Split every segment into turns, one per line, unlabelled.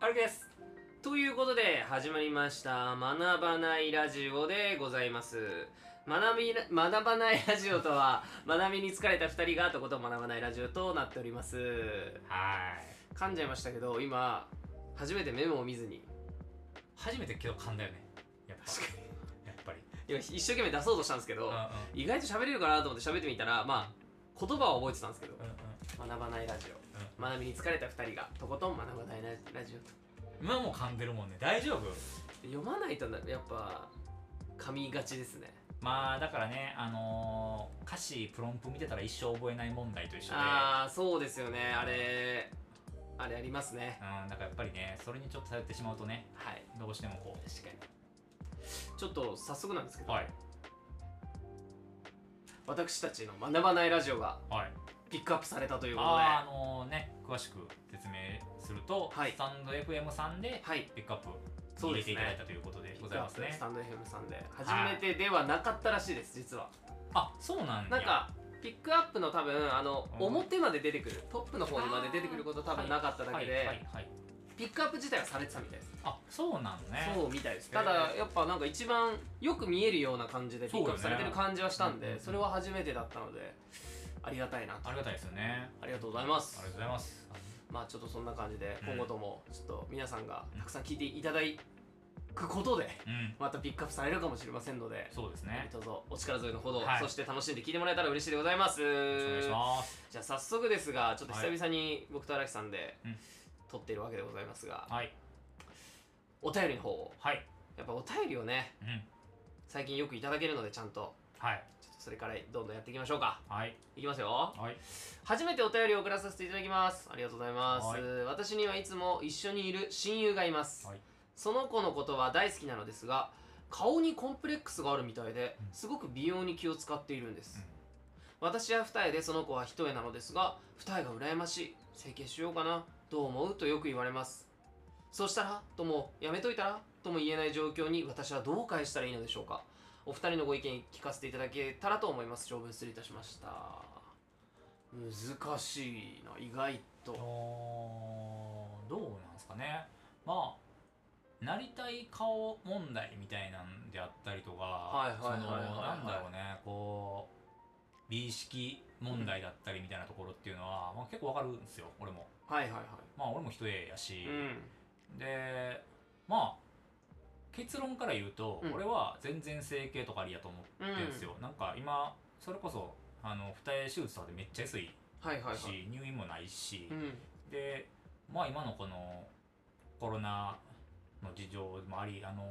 はるきですということで始まりました「学ばないラジオ」でございます学びな学ばないラジオとは学びに疲れた2人がとことん学ばないラジオとなっております
は
噛んじゃいましたけど今初めてメモを見ずに
い初めてけど噛んだよねやっぱ確かにやっぱり
今一生懸命出そうとしたんですけど意外と喋れるかなと思って喋ってみたらまあ言葉は覚えてたんですけど
うんうん
学ばないラジオ学びに疲れた2人がとことん学ばないララジオと
うん今も噛んでるもんね大丈夫
読まないとなやっぱ噛みがちですね
まあだからねあのー、歌詞プロンプ見てたら一生覚えない問題と一緒で
ああそうですよねあれあれありますね
うんだからやっぱりねそれにちょっと頼ってしまうとね
はい
どうしてもこ
確かにちょっと早速なんですけ
う
ど、
はい
私たちの学ばないラジオが
はい
ピックアップされたということで
あーあ
は
のね詳しく説明すると、
はい
スタンド FM さんで
い
ピックアップ
そう
入
ですね
れていただいたということで
ピ
ご
ッ
ざい
クアッ
ます
プ
ね
スタンド FM さんで初めてではなかったらしいです実は
あそうなんだ
なんかピックアップの多分あの
うん
表まで出てくるトップの方にまで出てくること多分なかっただけ
はいはい
で
はい
ピックアップ自体はされてたみたいです
あそうなのね
そうみたいです
へー
ただやっぱなんか一番よく見えるような感じでピ
そう
ッ
よ
ク
ね
アップされてる感じはしたん
うんうん
で
うん
それは初めてだったのでありがたいなと
ありがたいですよね
ありがとうございます
ありがとうございます
まあちょっとそんな感じで
うん
今後ともちょっと皆さんがたくさん聞いていただくことで
うん
またピックアップされるかもしれませんので
そうですね
どうぞお力添えのほど
はい
そして楽しんで聞いてもらえたら嬉しいでございます
よろしくお願いします
じゃあ早速ですがちょっと久々に僕と荒木さんで
うん
撮っているわけでございますが
はい
お便りの方を
はい
やっぱお便りをね
うん
最近よくいただけるのでちゃんと
はい
ちょっとそれからどんどんやっていきましょうか
はい
いきますよ
はい
初めてお便りを送らさせていただきますありがとうございます、
はい
私にはいつも一緒にいる親友がいます、
はい
その子のことは大好きなのですが顔にコンプレックスがあるみたいで
うん
すごく美容に気を使っているんです、私は二重でその子は一重なのですが二重が羨ましい整形しようかなどう思うとよく言われますそうしたらともやめといたらとも言えない状況に私はどう返したらいいのでしょうかお二人のご意見聞かせていただけたらと思います長文失礼いたしました難しいな意外
うん
と
おーどうなんですかねまあなりたい顔問題みたいなんであったりとか
いはいはいはい
その
はい
なんだろうねこう美意識問題だったりみたいなところっていうのは、まあ、結構わかるんですよ俺も
はいはいは
まあ俺も一重やし
い、うん
でまあ結論から言うと、
うん
俺は全然整形とかありやと思ってるんですよ、なんか今それこそあの二重手術とかでめっちゃ安いし、
はいはいはい
入院もないし、
うん
でまあ今のこのコロナの事情もありあの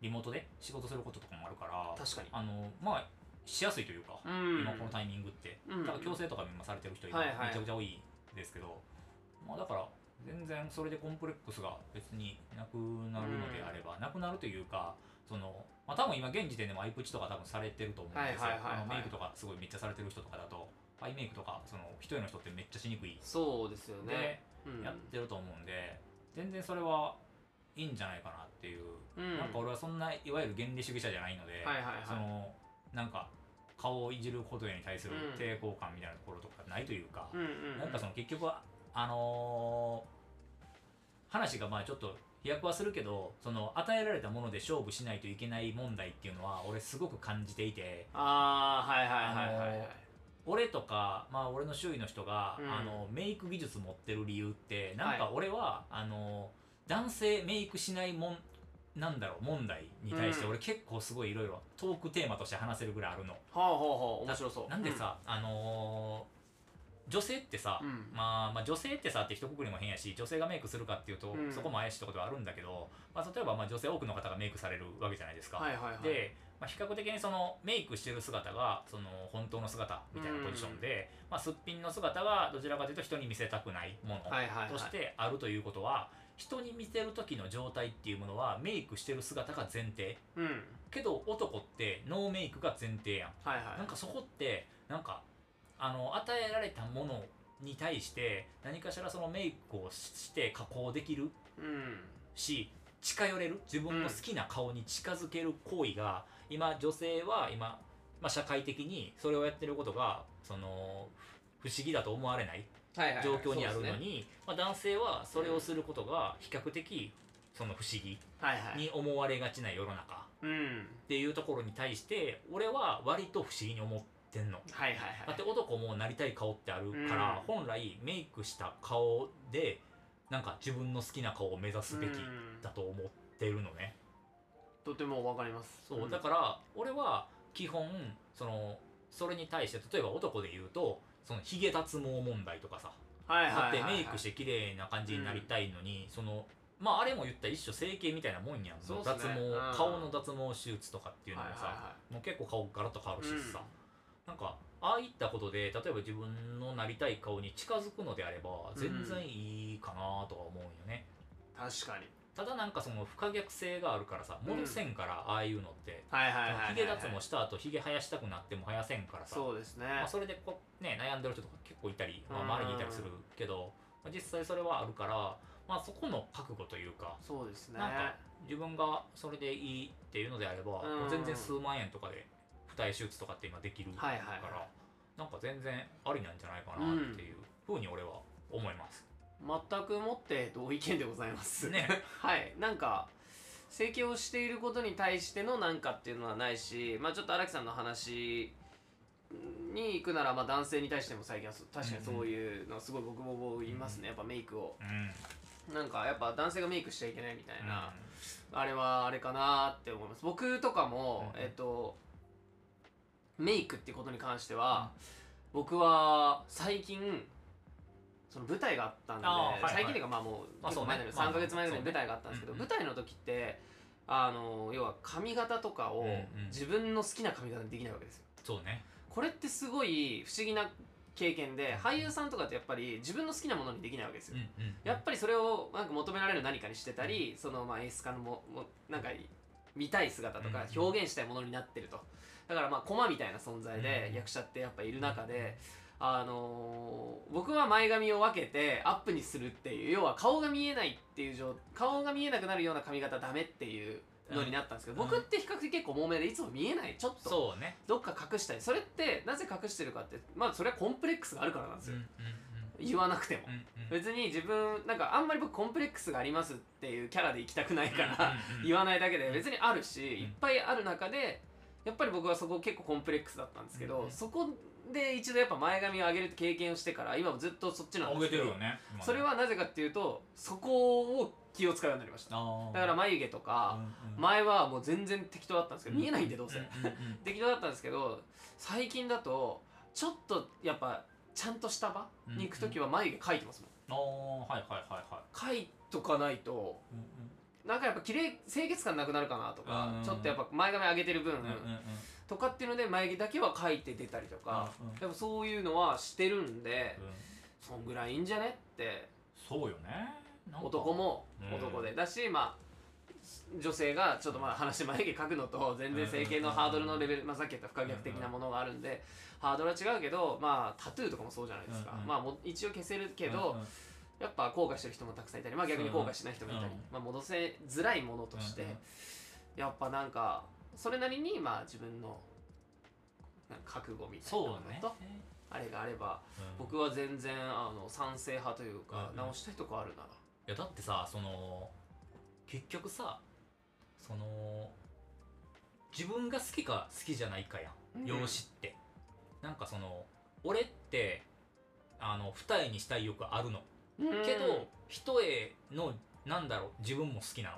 リモートで仕事することとかもあるから
確かに
あのまあしやすいというか、
うん
今このタイミングって、
うん
だから強制とか今されてる人今
は
め
いはい
ちゃくちゃ多いですけど、まあだから全然それでコンプレックスが別になくなるのであれば、なくなるというかその、まあ、多分今現時点でもアイプチとか多分されてると思うんです
は
よ
いはいはいはい
あのメイクとかすごいめっちゃされてる人とかだとアイメイクとかその一人の人ってめっちゃしにくい
そうですよ
ので、
ねうん
やってると思うんで全然それはいいんじゃないかなっていう、
うん
なんか俺はそんないわゆる原理主義者じゃないので。
はいはいはい
そのなんか顔をいじることに対する
うん
抵抗感みたいなところとかないというか、
うんうんうん
なんかその結局はあのー話がまあちょっと飛躍はするけどその与えられたもので勝負しないといけない問題っていうのは俺すごく感じていて
ああはいはいはいはいはい
俺とか、まあ、俺の周囲の人が、
うん
あのメイク技術持ってる理由ってなん
は
か
い
俺は、あの男性メイクしないもんなんだろう問題に対して
うん
俺結構すごいいろいろトークテーマとして話せるぐらいあるの。
はあはあはあ面白そう
なんでさ、あのー女性ってさ、
うん
まあ、まあ女性ってさって一括りも変やし女性がメイクするかっていうと、
うん
そこも怪しいところではあるんだけど、まあ、例えばまあ女性多くの方がメイクされるわけじゃないですか。
はいはいはい
で、まあ、比較的にそのメイクしてる姿がその本当の姿みたいなポジションで、まあ、すっぴんの姿がどちらかというと人に見せたくないもの
はいはいはい
としてあるということは,、人に見せる時の状態っていうものはメイクしてる姿が前提
うん
けど男ってノーメイクが前提やん。
はいはい
なんかそこってなんかあの与えられたものに対して何かしらそのメイクをしして加工できる
うん
し近寄れる自分の好きな顔に近づける行為が、今女性は今、まあ、社会的にそれをやってることがその不思議だと思われない
はいはいはい
状況にある
そ
のに、
うで
まあ、男性はそれをすることが比較的その不思議
はいはい
に思われがちな世の中っ
うん
ていうところに対して俺は割と不思議に思ってんの。
はいはい
だ
は
って男もなりたい顔ってあるから、本来メイクした顔でなんか自分の好きな顔を目指
い
すべき
うん
だと思ってるのね。
とてもわかります
そう、
ん
だから俺は基本そのそれに対して例えば男で言うとそのヒゲ脱毛問題とかさ
はいはい
だっ
はい
て
はい
メイクして綺麗な感じになりたいのに、そのまああれも言ったら一種整形みたいなもんやん
そうっすね
脱毛、
うん
顔の脱毛手術とかっていうのもさ、
はいは
もう結構顔ガラッと変わる
いはい
しさ、なんかああいったことで例えば自分のなりたい顔に近づくのであれば全然いいかなとは思うんよね、
うん確かに
ただなんかその不可逆性があるからさ戻せんからああいうのって
はいはいはいはいはい
ヒゲ脱毛した後ヒゲ生やしたくなっても生やせんからさ
そうですね
まあ、それでこう、ね、悩んでる人とか結構いたり、まあ、周りにいたりするけど、まあ、実際それはあるから、まあ、そこの覚悟というか
そうですね
なんか自分がそれでいいっていうのであれば、
うん
もう全然数万円とかで二重手術とかって今できるから、
はいはいはい
なんか全然ありなんじゃないかなっていうふうに俺は思います。
全くもって同意見でございます
ね
はいなんか整形をしていることに対してのなんかっていうのはないしまあちょっと荒木さんの話に行くならまあ男性に対しても最近はそう確かにそういうのはすごい僕も言いますねやっぱメイクを
うん
なんかやっぱ男性がメイクしちゃいけないみたいな、あれはあれかなって思います僕とかも、
うん
えっとメイクってことに関しては、僕は最近その舞台があったんで、
あーはいはい
最近っていうかまあもう
まあ
結構前だけど
そうね
3か月前ぐらいに
まあ
舞台があったんですけど、
そうね
舞台の時ってあの要は髪型とかを
うんうん
自分の好きな髪型にできないわけですよ。
そうね、
これってすごい不思議な経験で俳優さんとかってやっぱり自分の好きなものにできないわけですよ
うん。うん、
やっぱりそれをなんか求められる何かにしてたり、そのまあ演出家のももなんか見たい姿とか
うん
表現したいものになってると、だからまあ駒みたいな存在で
うん
役者ってやっぱいる中で、あのー僕は前髪を分けてアップにするっていう要は顔が見えないっていう状顔が見えなくなるような髪型ダメっていうのになったんですけど、
うん
僕って比較的結構重めでいつも見えないちょっと
そうね、
どっか隠したいそれってなぜ隠してるかってまあそれはコンプレックスがあるからなんです
うん
よ
うん、
言わなくても
うん。うんうん
別に自分なんかあんまり僕コンプレックスがありますっていうキャラで行きたくないから
うんうんうん
言わないだけで別にあるし
ん
いっぱいある中でやっぱり僕はそこ結構コンプレックスだったんですけど
うん
そこで一度やっぱ前髪を上げるって経験をしてから今もずっとそっちなん
あ
で
げ
すけ
て
ど
るよね。今ね
それはなぜかっていうとそこを気を使うようになりました
あー
だから眉毛とか
うんうん
前はもう全然適当だったんですけど見えないんでどうせ
うんうんうん
適当だったんですけど最近だとちょっとやっぱちゃんとした場に行く時は眉毛描いてますもん
ああはいはいはいはい
書いとかないとなんかやっぱ綺麗清潔感なくなるかなとか
うん
ちょっとやっぱ前髪上げてる分
うんうんうんうん
とかっていうので眉毛だけは書いて出たりとか
うんうん
やっぱそういうのはしてるんで
うん
そんぐらいいいんじゃねって
そうよねなんか
男も
うん
男でだしまあ女性がちょっとまあ話眉毛描くのと全然整形のハードルのレベルまあさっき言った不可逆的なものがあるんでハードルは違うけどまあタトゥーとかもそうじゃないですか
うんうん
まあもう一応消せるけど、
うんうん
やっぱ後悔してる人もたくさんいたり、まあ、逆に後悔しない人もいたり、
うん
まあ、戻せづらいものとして、
うんうん
やっぱなんかそれなりにまあ自分のなんか覚悟みたいなも
そ
の
うね
と、あれがあれば僕は全然あの賛成派というか、
うん
直したいとこあるなら、
いやだってさその結局さその自分が好きか好きじゃないかや
うん
ん容姿ってなんかその俺ってあの二重にしたい欲あるのけ
うん
ど一重のなんだろう自分も好きなの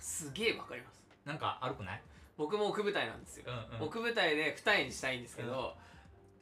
すげえわかります
なんかあるくない
僕も奥舞台なんですよ、
うんうん
奥舞台で二重にしたいんですけど、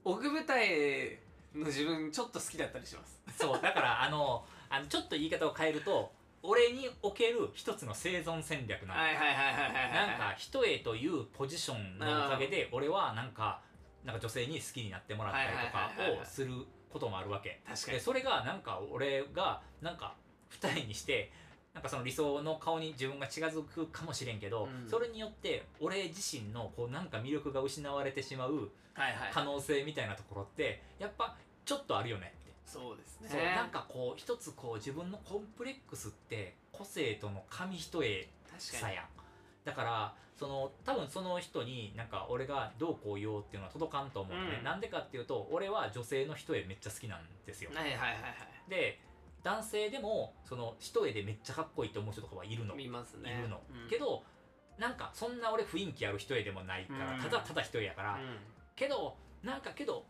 奥舞台の自分ちょっと好きだったりします
そうだからあのあのちょっと言い方を変えると俺における一つの生存戦略なの、
はいはいはいはいはいはい
なんか一重というポジションのおかげで俺はなんかなんか女性に好きになってもらったり
はいはいはい
と
は
か
い
をすることもあるわけ
確かに
でそれがなんか俺がなんか二重にしてなんかその理想の顔に自分が近づくかもしれんけど、
うん
それによって俺自身のこうなんか魅力が失われてしまう
はいはい
可能性みたいなところってやっぱちょっとあるよねって
そうですね
そうなんかこう一つこう自分のコンプレックスって個性との紙一重
確か
さ
に
やんだからその多分その人になんか俺がどうこう言おうっていうのは届かんと思うのね、
うん
なんでかっていうと俺は女性の一重めっちゃ好きなんですよ
はいはいはい
で男性でもその一重でめっちゃかっこいいって思う人とかはいるの
はい見ますね
いるの、
うん
けどなんかそんな俺雰囲気ある一重でもないから、
うん
ただただ一重やから、
う
けどなんかけど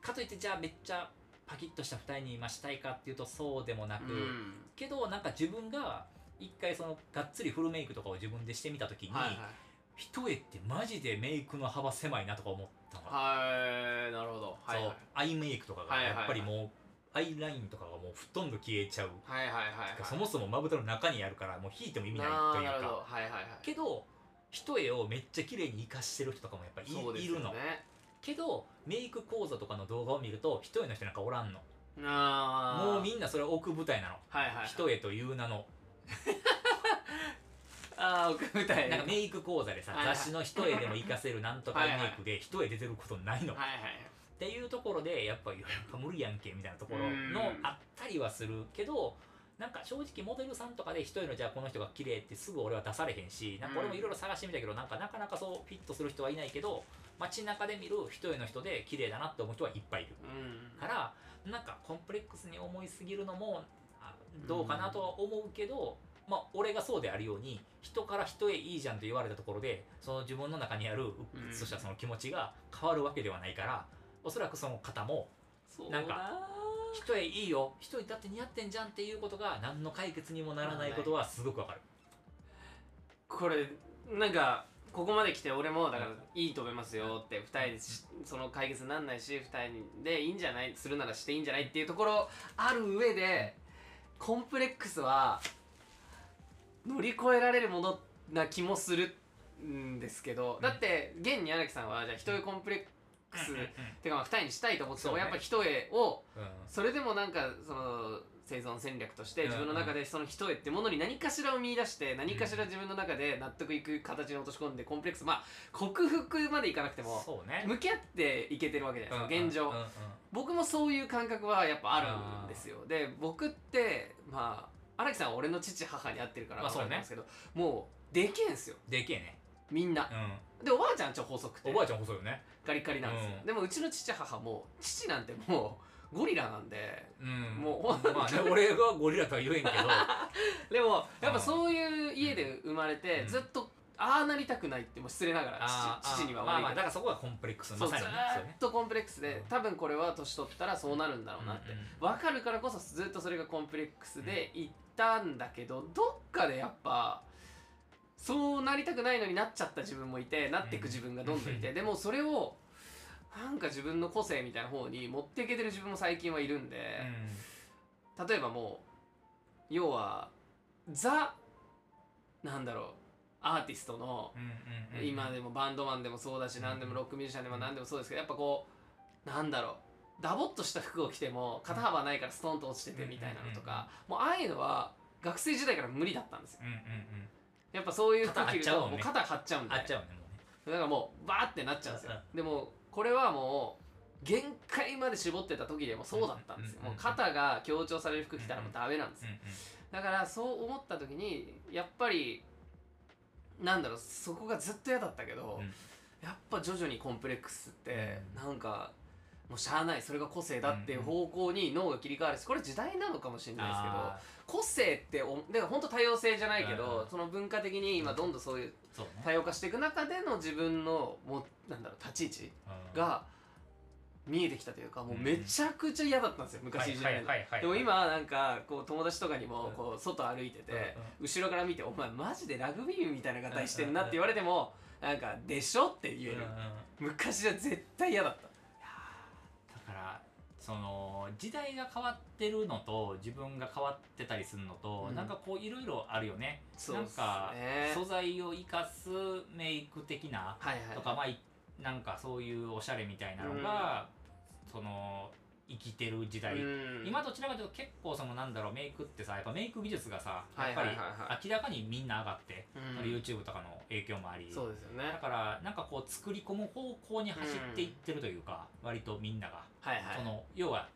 かといってじゃあめっちゃパキッとした二重に今したいかっていうとそうでもなく、
ん、
けどなんか自分が一回そのがっつりフルメイクとかを自分でしてみた時に、
うん、はいはい
一重ってマジでメイクの幅狭いなとか思ったの、
はいなるほどはい
そ
は
う
い
アイメイクとかが
はいはい
や
はい
っぱりもう、アイラインとかがもうほとんど消えちゃう、
はいはいはいはい
そもそもまぶたの中にあるからもう引いても意味ないという
なるほ
か
どはいはいはい
けど一重をめっちゃ綺麗に生かしてる人とかもやっぱりい,、
そうです
い
よ
るの
ね
けどメイク講座とかの動画を見ると一重の人なんかおらんの
あー
もうみんなそれ奥舞台なの
はいはいはい
一重という名の
ああ奥舞台
なんかメイク講座でさ
はいはい
雑誌の一重でも活 かせるなんとかメイクで一重出てることないのっ
はいはい
ていうところでやっぱやっぱ無理やんけみたいなところ
う
の
ん
あったりはするけどなんか正直モデルさんとかで一重のじゃあこの人が綺麗ってすぐ俺は出されへんしなんか俺もいろいろ探してみたけどなんかなかなかそうフィットする人はいないけど街中で見る一重の人で綺麗だなって思う人はいっぱいいる。
うん
からなんかコンプレックスに思いすぎるのもあどうかなとは思うけど、まあ、俺がそうであるように人から人へいいじゃんと言われたところでその自分の中にある鬱
うん
屈としたその気持ちが変わるわけではないからおそらくその方も
そう
なんか
か
人へいいよ人にだって似合ってんじゃんっていうことが何の解決にもならないことはすごくわかる。
これなんかここまで来て俺もだから
うん
いいと思いますよって二人でしその解決なんないし二人でいいんじゃないするならしていいんじゃないっていうところある上でコンプレックスは乗り越えられるものな気もするんですけど
ん
だって現に荒木さんはじゃあ一重コンプレックスてかまあ二重にしたいと思ってて
そう
も
ね
やっぱ一重を
うん
それでもなんかその生存戦略として
うん
自分の中でその一重ってものに何かしらを見出して何かしら自分の中で納得いく形に落とし込んでコンプレックスまあ克服までいかなくても
そうね
向き合っていけてるわけじゃないですか現
うんう
状
んうん
僕もそういう感覚はやっぱあるんですよで僕ってまあ荒木さんは俺の父母に会ってるから
まあ
分
そう
かる
ね
んですけどもうでけえんすよ
でけえね、
みんなでおばあちゃんちょ細く
うん、
て
おばあちゃん細いよね、
ガリッガリなんですよ
うん
でもうちの父母も父なんてもうゴリラなんで
うん、
もう
まあね俺がゴリラとは言えんけど
でもやっぱそういう家で生まれて、
うん
ずっとああなりたくないってもう失礼ながら
あー
父父には
あーまあ
悪い
まあ
けど、
だからそこがコンプレックスの
そう
ま
ずー
さにねそう
っとコンプレックスで、
うん
多分これは年取ったらそうなるんだろうなって、
うん
分かるからこそずっとそれがコンプレックスでいったんだけどどっかでやっぱそうなりたくないのになっちゃった自分もいてなっていく自分がどんどんいて、でもそれをなんか自分の個性みたいな方に持っていけてる自分も最近はいるんで。例えばもう要はザなんだろうアーティストの、
うんうんうんうん
今でもバンドマンでもそうだし
うん
何でもロックミュージシャンでも何でもそうですけどやっぱこうなんだろうダボっとした服を着ても肩幅ないからストンと落ちててみたいなのとかもうああいうのは学生時代から無理だったんですよ
うんうんうん
やっぱそういう時
肩張っちゃうもん
も
ね
う肩張っちゃうんで
あっちゃうね
だからもうバーってなっちゃうんですよでもこれはもう限界まで絞ってた時でもそうだったんですよ
うんう
も
んうん
う肩が強調される服着たらもうダメなんですよ
もうね
だからそう思った時にやっぱりなんだろうそこがずっと嫌だったけど、
うん
やっぱ徐々にコンプレックスって
う
なんかもうしゃあないそれが個性だっていう方向に脳が切り替わるしこれ時代なのかもしれないですけど
あ
個性っておだから本当多様性じゃないけ
うんう
ど
ん
その文化的に今どんどんそういう
ーそうね
多様化していく中での自分のもうなんだろう立ち位置
うん
が見えてきたというかもうめちゃくちゃ嫌だったんですよ昔時代の
はいはいはいはい
でも今なんかこう友達とかにも
うん
こう外歩いてて
うんうん
後ろから見て「お前マジでラグビー部みたいな形してんな」って言われてもなんか「でしょ?」って言え
うんう
る
ん
昔は絶対嫌だった
だからその時代が変わってるのと自分が変わってたりするのと、
うん
なんかこういろいろあるよね
そうっすね
なんか素材を生かすメイク的な
はいはい
とか、まあい、なんかそういうおしゃれみたいなのが、その生きてる時代、
うん
今どちらかというと結構そのなんだろうメイクってさやっぱメイク技術がさやっぱ
はいはいはいは
り明らかにみんな上がって、
うん
その YouTube とかの影響もあり
そうですよね
だからなんかこう作り込む方向に走っていってるというか、割とみんなが、
はいはい
その要は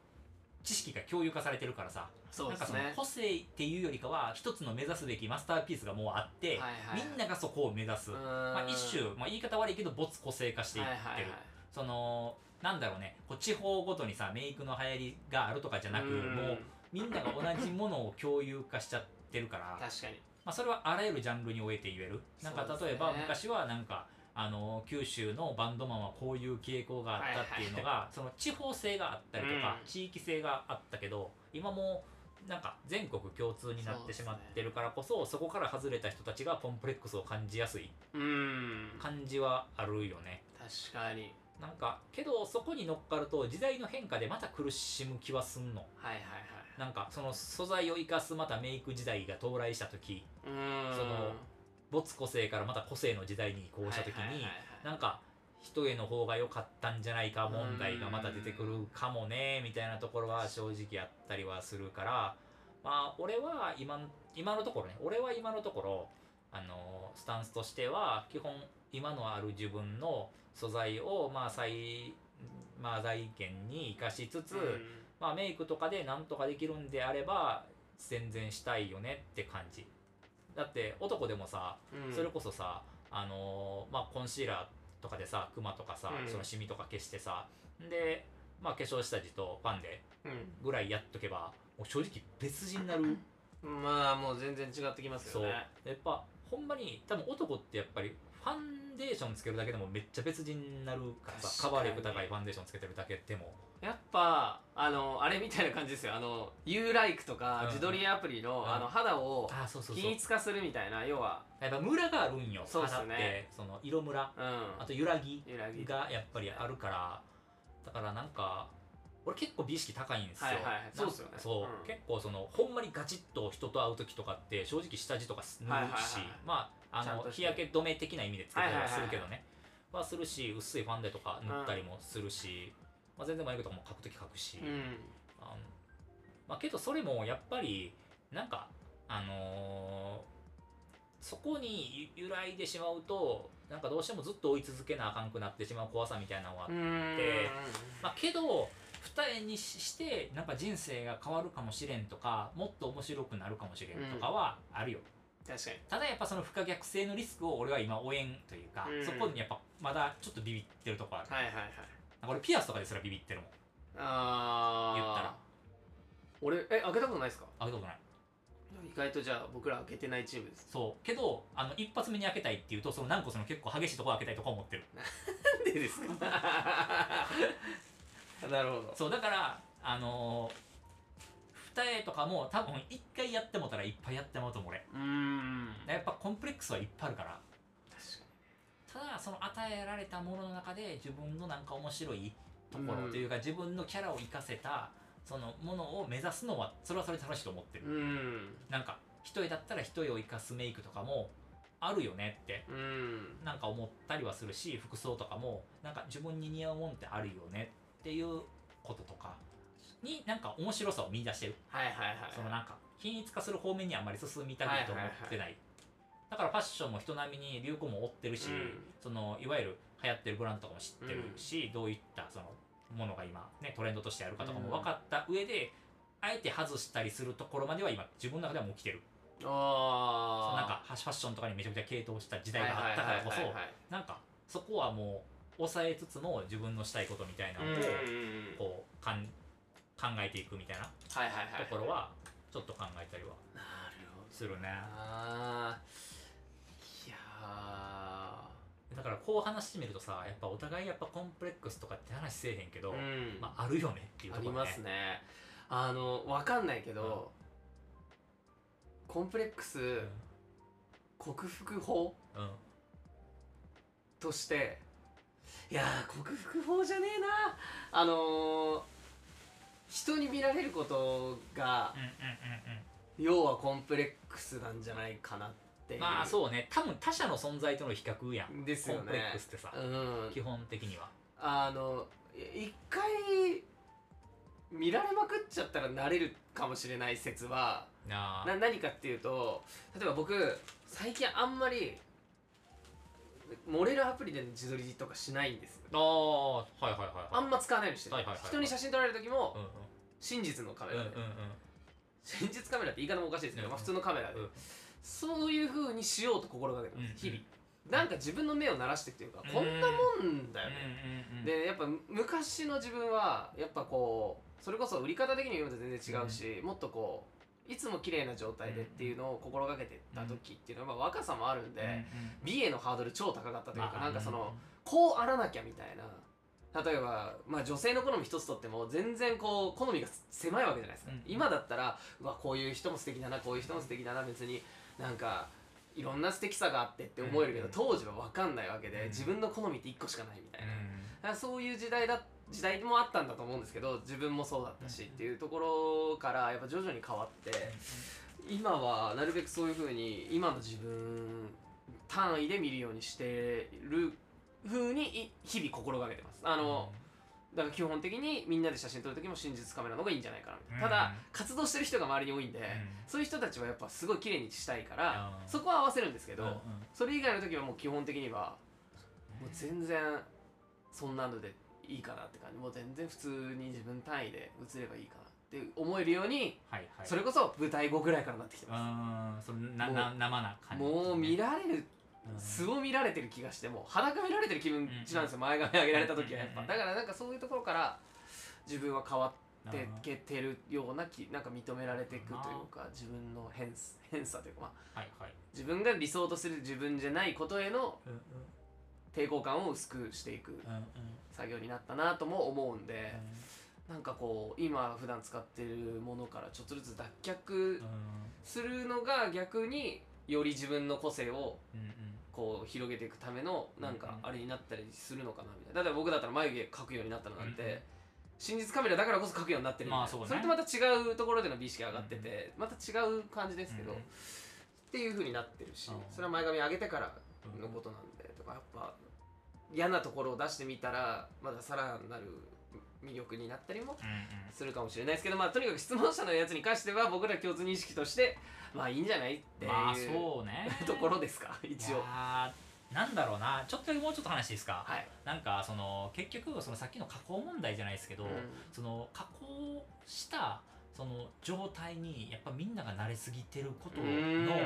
知識が共有化されてるからさ、
そう
なん
で
か
す
その
ね
個性っていうよりかは一つの目指すべきマスターピースがもうあって、
はいはいはい
みんながそこを目指す、まあ、一種、まあ、言い方悪いけど没個性化していってる、そのなんだろうねこう地方ごとにさメイクの流行りがあるとかじゃなく、もうみんなが同じものを共有化しちゃってるから、ま
確かに
あ、それはあらゆるジャンルにおえて言えるなんか
そうですね
例えば、昔はなんかあの九州のバンドマンはこういう傾向があったっていうのが、その地方性があったりとか、
うん
地域性があったけど今もうなんか全国共通になってしまってるからこそそ,、こから外れた人たちがコンプレックスを感じやすい
うん
感じはあるよね。
確かに
なんかけどそこに乗っかると時代の変化でまた苦しむ気はすんの
はいはい
なんかその素材を生かすまたメイク時代が到来した時
はいうん
その没個性からまた個性の時代に移行した時
はいはい
に
はいはい
なんか人への方が良かったんじゃないか問題がまた出てくるかもねみたいなところは正直あったりはするからまあ俺は今の今のところね俺は今のところあのスタンスとしては基本今のある自分の素材をまあ最まあ財源に生かしつつ、
うん
まあメイクとかでなんとかできるんであれば全然したいよねって感じだって男でもさ
うん
それこそさ、あのーまあ、コンシーラーとかでさクマとかさ、
うん
そのシミとか消してさで、まあ、化粧下地とファンデ
うん
ぐらいやっとけばもう正直別人になる
まあもう全然違ってきます
そう
よ
や
ね
っぱほんまに多分男ってやっぱりファンデーションつけるだけでもめっちゃ別人になるから
確
さ
か
カ
に
バー力高いファンデーションつけてるだけでも
やっぱあのあれみたいな感じですよあの YouLike と
うん
か自撮りアプリの,、
うん
あの肌を
ああそうそうそう
均一化するみたいな要は
やっぱムラがあるんよ
そうっすね
肌ってその色ムラ
うん
あと揺らぎ
揺らぎ
がやっぱりあるからだからなんか俺結構美意識高いんですよ、
はいはいはい
なんか
そうっすよね
そう
うん
結構そのほんまにガチッと人と会う時とかって正直下地とか塗るし、
はいはいはい
まああ
ちゃん
の
として
日焼け止め的な意味でつけたりはするけどね、
はいはいはい
はするし薄いファンデとか塗ったりもするし、まあ、全然眉毛とかも描く時描くし、
うん
あのまあ、けどそれもやっぱりなんかあのーそこにゆ揺らいでしまうとなんかどうしてもずっと追い続けなあかんくなってしまう怖さみたいなのは、
うん
でまあ、けど二重にししてなんか人生が変わるかもしれんとかもっと面白くなるかもしれんとかはあるよ、
確かに
ただやっぱその不可逆性のリスクを俺は今応援というか、
うん
そこにやっぱまだちょっとビビってるとこある
はいはいはい
なんか俺ピアスとかですらビビってるもん
ああ
言ったら
俺え開けたことないですか
あうとこない
意外とじゃあ僕ら開けてないチームです
そうけどあの一発目に開けたいっていうとその何個その結構激しいところ開けたいとか思ってる
なんでですか なるほど
そうだからあのー、二重とかも多分一回やってもたらいっぱいやってもうと思う俺
うん
やっぱコンプレックスはいっぱいあるから
確か
ただその与えられたものの中で自分のなんか面白いところというか、自分のキャラを生かせたそのものを目指すのはそれはそれで楽しいと思ってる、
にうん
なんか一重だったら一重を生かすメイクとかもあるよねって
うん
なんか思ったりはするし服装とかもなんか自分に似合うもんってあるよねっていうこととかになんか面白さを見出してる、
はいはいはい
そのなんか均一化する方面にあんまり進みたくないと思ってない,、だからファッションも人並みに流行も追ってるし、
うん
そのいわゆる流行ってるブランドとかも知ってるし、どういったそのものが今、ね、トレンドとしてあるかとかも分かった上で、あえて外したりするところまでは今自分の中ではもう来てるそ
あ
の
あ
なんかファッションとかにめちゃくちゃ傾倒した時代があったからこそなんかそこはもう抑えつつも自分のしたいことみたいな
うんう
の
ん
を
うん
こうかん考えていくみたいな
はいはいはい
ところはちょっと考えたりは
なるほど
するね
あーいや
だからこう話してみるとさやっぱお互いやっぱコンプレックスとかって話せえへんけど、
ーうん
まああるよねっていう
あ
とこ
り
ろ
ますねあのわかんないけど、コンプレックス克服法
うん、うん
としていやー克服法じゃねえなあのー、人に見られることが
うんうん
要はコンプレックスなんじゃないかなってい
うん
う
まあそうね多分他者の存在との比較やん、
です
コ
よ
ン
ね
プレックスってさ、
うん
基本的には
あのい一回見られまくっちゃったら慣れるかもしれない説は
な
な何かっていうと例えば僕最近あんまりモレルアプリでの自撮りとかしないんですよ
ああはいはいはい
あ
はい
んま使わないようにしてる、
はいはいはいはい
人に写真撮られる時も
うんうん
真実のカメ
うん
ラ
う
で、
ん
真実カメラって言い方もおかしいですけど、
うん
まあ、普通のカメラで、
うん
そういう風にしようと心がけてます、
うん
日々なんか自分の目を慣らしてっていうか、
うん
こんなもんだよね、
うんうん
でやっぱ昔の自分はやっぱこうそれこそ売り方的に言うと全然違うし、もっとこういつも綺麗な状態でっていうのを心がけてた時っていうのは、まあ、若さもあるんで、
うんうん
美へのハードル超高かったというか、
まあ
なんかその、こうあらなきゃみたいな例えば、まあ、女性の好み一つとっても全然こう好みが狭いわけじゃないですか、
うん
今だったらうわこういう人も素敵だなこういう人も素敵だな別になんかいろんな素敵さがあってって思えるけど、
うん
当時は分かんないわけで、
うん
自分の好みって1個しかないみたいな、
う
だからそういう時代だ時代もあったんだと思うんですけど自分もそうだったしっていうところからやっぱ徐々に変わって今はなるべくそういう風に今の自分単位で見るようにしてる風にい日々心がけてますあ
ん
の、だから基本的にみんなで写真撮る時も真実カメラの方がいいんじゃないかなみたいな
うん
ただ活動してる人が周りに多いんで、
うん
そういう人たちはやっぱすごい綺麗にしたいから
うん
そこは合わせるんですけど、
うんうん
それ以外の時はもう基本的にはもう全然そんなのでいいかなって感じもう全然普通に自分単位で映ればいいかなって思えるように
はいはい
それこそ舞台後ぐらいからなってきて
う
ま
ーんそのな
もう
な生な
す
感じ
もう見
ら
られる素を見られてる気がしてもう裸見られてる気分ちなんですよ前髪上げられた時はやっぱ
うん
だからなんかそういうところから自分は変わってけてるような気なんか認められていくというか自分の変す 変さというかまあ
はいはい
自分が理想とする自分じゃないことへの
うんうん
抵抗感を薄くしていく
うんうん
作業になったなとも思うんで、なんかこう今普段使ってるものからちょっとずつ脱却するのが逆により自分の個性を
うんうん
こう広げていくためのなんか
うん
あれになったりするのかなみたいな例えば僕だったら眉毛描くようになったのなんて、
うんうん
真実カメラだからこそ描くようになってるんで、
まあそうね
れとまた違うところでの美意識が上がってて、また違う感じですけど、
うん
っていう風になってるし、
うん
それは前髪上げてから
うん
のことなんでとかやっぱ嫌なところを出してみたらまださらなる魅力になったりも
うんうん
するかもしれないですけどまあとにかく質問者のやつに関しては僕ら共通認識としてまあいいんじゃないっていう、
まあそうね
ところですか一応
あなんだろうなちょっともうちょっと話していいですか、
はい、
なんかその結局そのさっきの加工問題じゃないですけど、
うん
その加工したその状態にやっぱみんなが慣れすぎてることの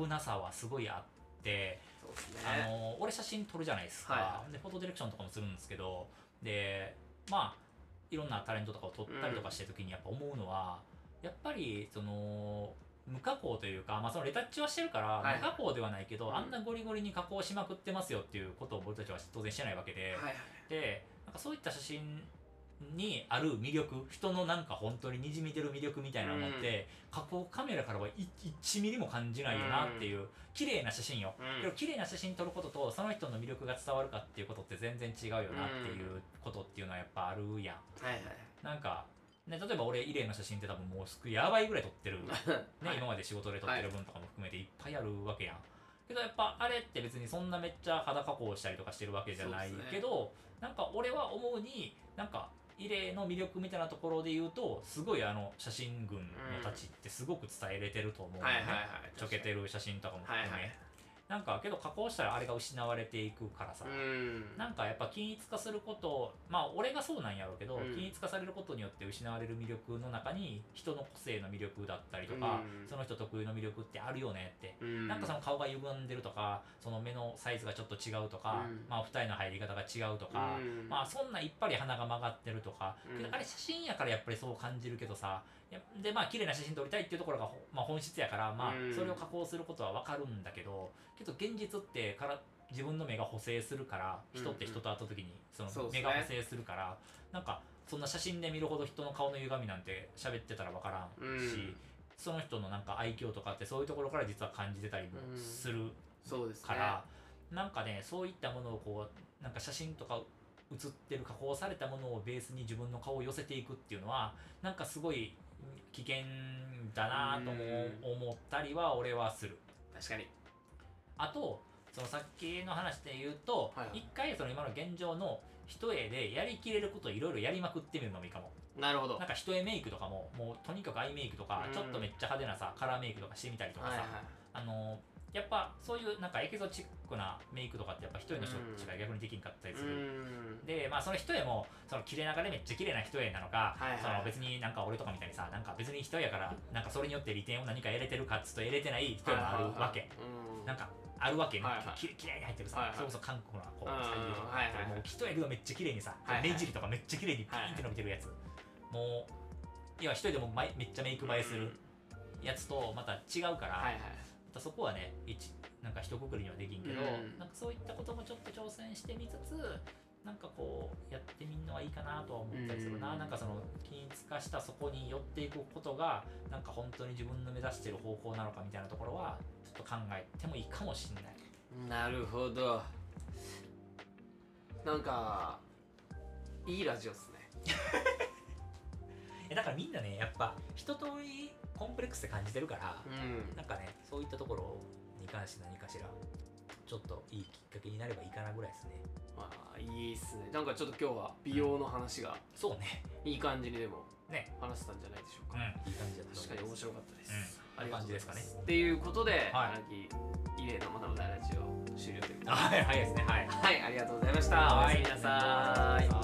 危なさはすごいあって、
そうですね
あの俺写真撮るじゃないですか、
は
でフォトディレクションとかもするんですけどでまあいろんなタレントとかを撮ったりとかしてる時にやっぱ思うのは、やっぱりその無加工というか、まあ、そのレタッチはしてるから、
はい
無加工ではないけど、
うん
あんなゴリゴリに加工しまくってますよっていうことを僕たちは当然してないわけで、
はいはい
でなんかそういった写真にある魅力人のなんか本当ににじみ出る魅力みたいなものって、加工カメラからはい1ミリも感じないよなっていう、綺麗な写真よ
うん
でも綺麗な写真撮ることとその人の魅力が伝わるかっていうことって全然違うよなっていうことっていうのはやっぱあるやん
はいはい
なんか、ね、例えば俺イレイの写真って多分もうすくやばいぐらい撮ってる、ね、
はい
今まで仕事で撮ってる分とかも含めていっぱいあるわけやんけどやっぱあれって別にそんなめっちゃ肌加工したりとかしてるわけじゃない
そうですね
けど、なんか俺は思うになんかイレイの魅力みたいなところで言うとすごいあの写真群のたちってすごく伝えれてると思うのね、
はいはいはい
ちょけてる写真とかも
は
含
いは
め、
い
なんかけど加工したらあれが失われていくからさ、
うん
なんかやっぱ均一化することまあ俺がそうなんやろうけど、
うん
均一化されることによって失われる魅力の中に人の個性の魅力だったりとか、
うん
その人特有の魅力ってあるよねって、
うん
なんかその顔が歪んでるとかその目のサイズがちょっと違うとか、
うん
まあ二重の入り方が違うとか、
うん
まあそんないっぱり鼻が曲がってるとか、
うん
けどあれ写真やからやっぱりそう感じるけどさやでまあ綺麗な写真撮りたいっていうところがほ、まあ、本質やから、まあ
うん、
それを加工することは分かるんだけどけど現実ってから自分の目が補正するから
うん
人って人と会った時にそ
そう
の
っすね
目が補正するから、なんかそんな写真で見るほど人の顔の歪みなんて喋ってたら分からんし、
うん
その人のなんか愛嬌とかってそういうところから実は感じてたりもする
そうですね
から、なんかねそういったものをこうなんか写真とか写ってる加工されたものをベースに自分の顔を寄せていくっていうのはなんかすごい危険だなとも思ったりは俺はする。
確かに
あとそのさっきの話で言うと
はいはい
一、回その今の現状の一重でやりきれることいろいろやりまくってみるのもいいかも
なるほど
なんか一重メイクとかももうとにかくアイメイクとか
うん
ちょっとめっちゃ派手なさカラーメイクとかしてみたりとか
は
さ、
いはい
あのやっぱそういうなんかエキゾチックなメイクとかってやっぱ一重の人しか逆にできんかったりす
うん
るでまあその一重もその切れ長でめっちゃ綺麗な一重なのか、
はいはい
その別になんか俺とかみたいにさなんか別に一重やからなんかそれによって利点を何か得れてるかっつうと得れてない一重もあるわけ、
うん
なんかあるわけね、
はいはい
ききれいに入ってるさ、
はいはい
それこそ韓国の
う
こう
ん
最優秀
はいはいはい
もう一重やけどめっちゃ綺麗にさ、
はいはい
目尻とかめっちゃ綺麗にピーンって伸びてるやつ、もう要は一重でもまいめっちゃメイク映えす
う
る
ん
やつとまた違うから、
はいはい
またそこはね一なんか一括りにはできんけど、
うん
なんかそういったこともちょっと挑戦してみつつなんかこうやってみるのはいいかなとは思ったりするな、
うん
なんかその均一化したそこに寄っていくことがなんか本当に自分の目指してる方向なのかみたいなところはちょっと考えてもいいかもしれない。
なるほどなんかいいラジオっすね
えだからみんなねやっぱ一通りコンプレックスで感じてるから、
うん
なんかねそういったところに関して何かしらちょっといいきっかけになればいいかなぐらいですね。
まあいいっすねなんかちょっと今日は美容の話が
そうね。
いい感じにでも
ね。
話せたんじゃないでしょう
う
か
ん。いい感じだったと思います
確かに面白かったです、
うん
ありがとうございま
こんな感じです
すっていうことで、
はい
荒木異例のまだまだラジオ終了ということで
はい、早いですね。はい。
はいありがとうございましたおやすみなさ
はいい